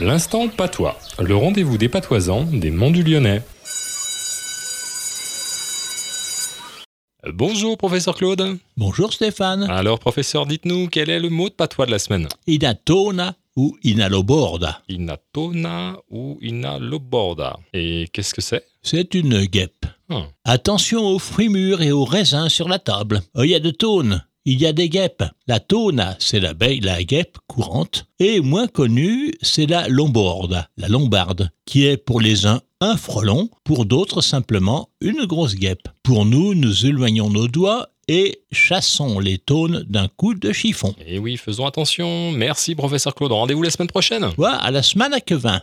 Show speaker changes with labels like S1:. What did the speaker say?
S1: L'instant patois, le rendez-vous des patoisans des Monts du Lyonnais. Bonjour professeur Claude.
S2: Bonjour Stéphane.
S1: Alors professeur, dites-nous quel est le mot de patois de la semaine
S2: Inatona ou inaloborda.
S1: Inatona ou inaloborda. Et qu'est-ce que c'est
S2: C'est une guêpe.
S1: Ah.
S2: Attention aux fruits mûrs et aux raisins sur la table. Oh, Il y a de taunes. Il y a des guêpes. La tauna, c'est l'abeille, la guêpe courante. Et moins connue, c'est la lomborda, la lombarde, qui est pour les uns un frelon, pour d'autres simplement une grosse guêpe. Pour nous, nous éloignons nos doigts et chassons les taunes d'un coup de chiffon.
S1: Eh oui, faisons attention. Merci professeur Claude. Rendez-vous la semaine prochaine.
S2: Voilà, à la semaine à Quevin.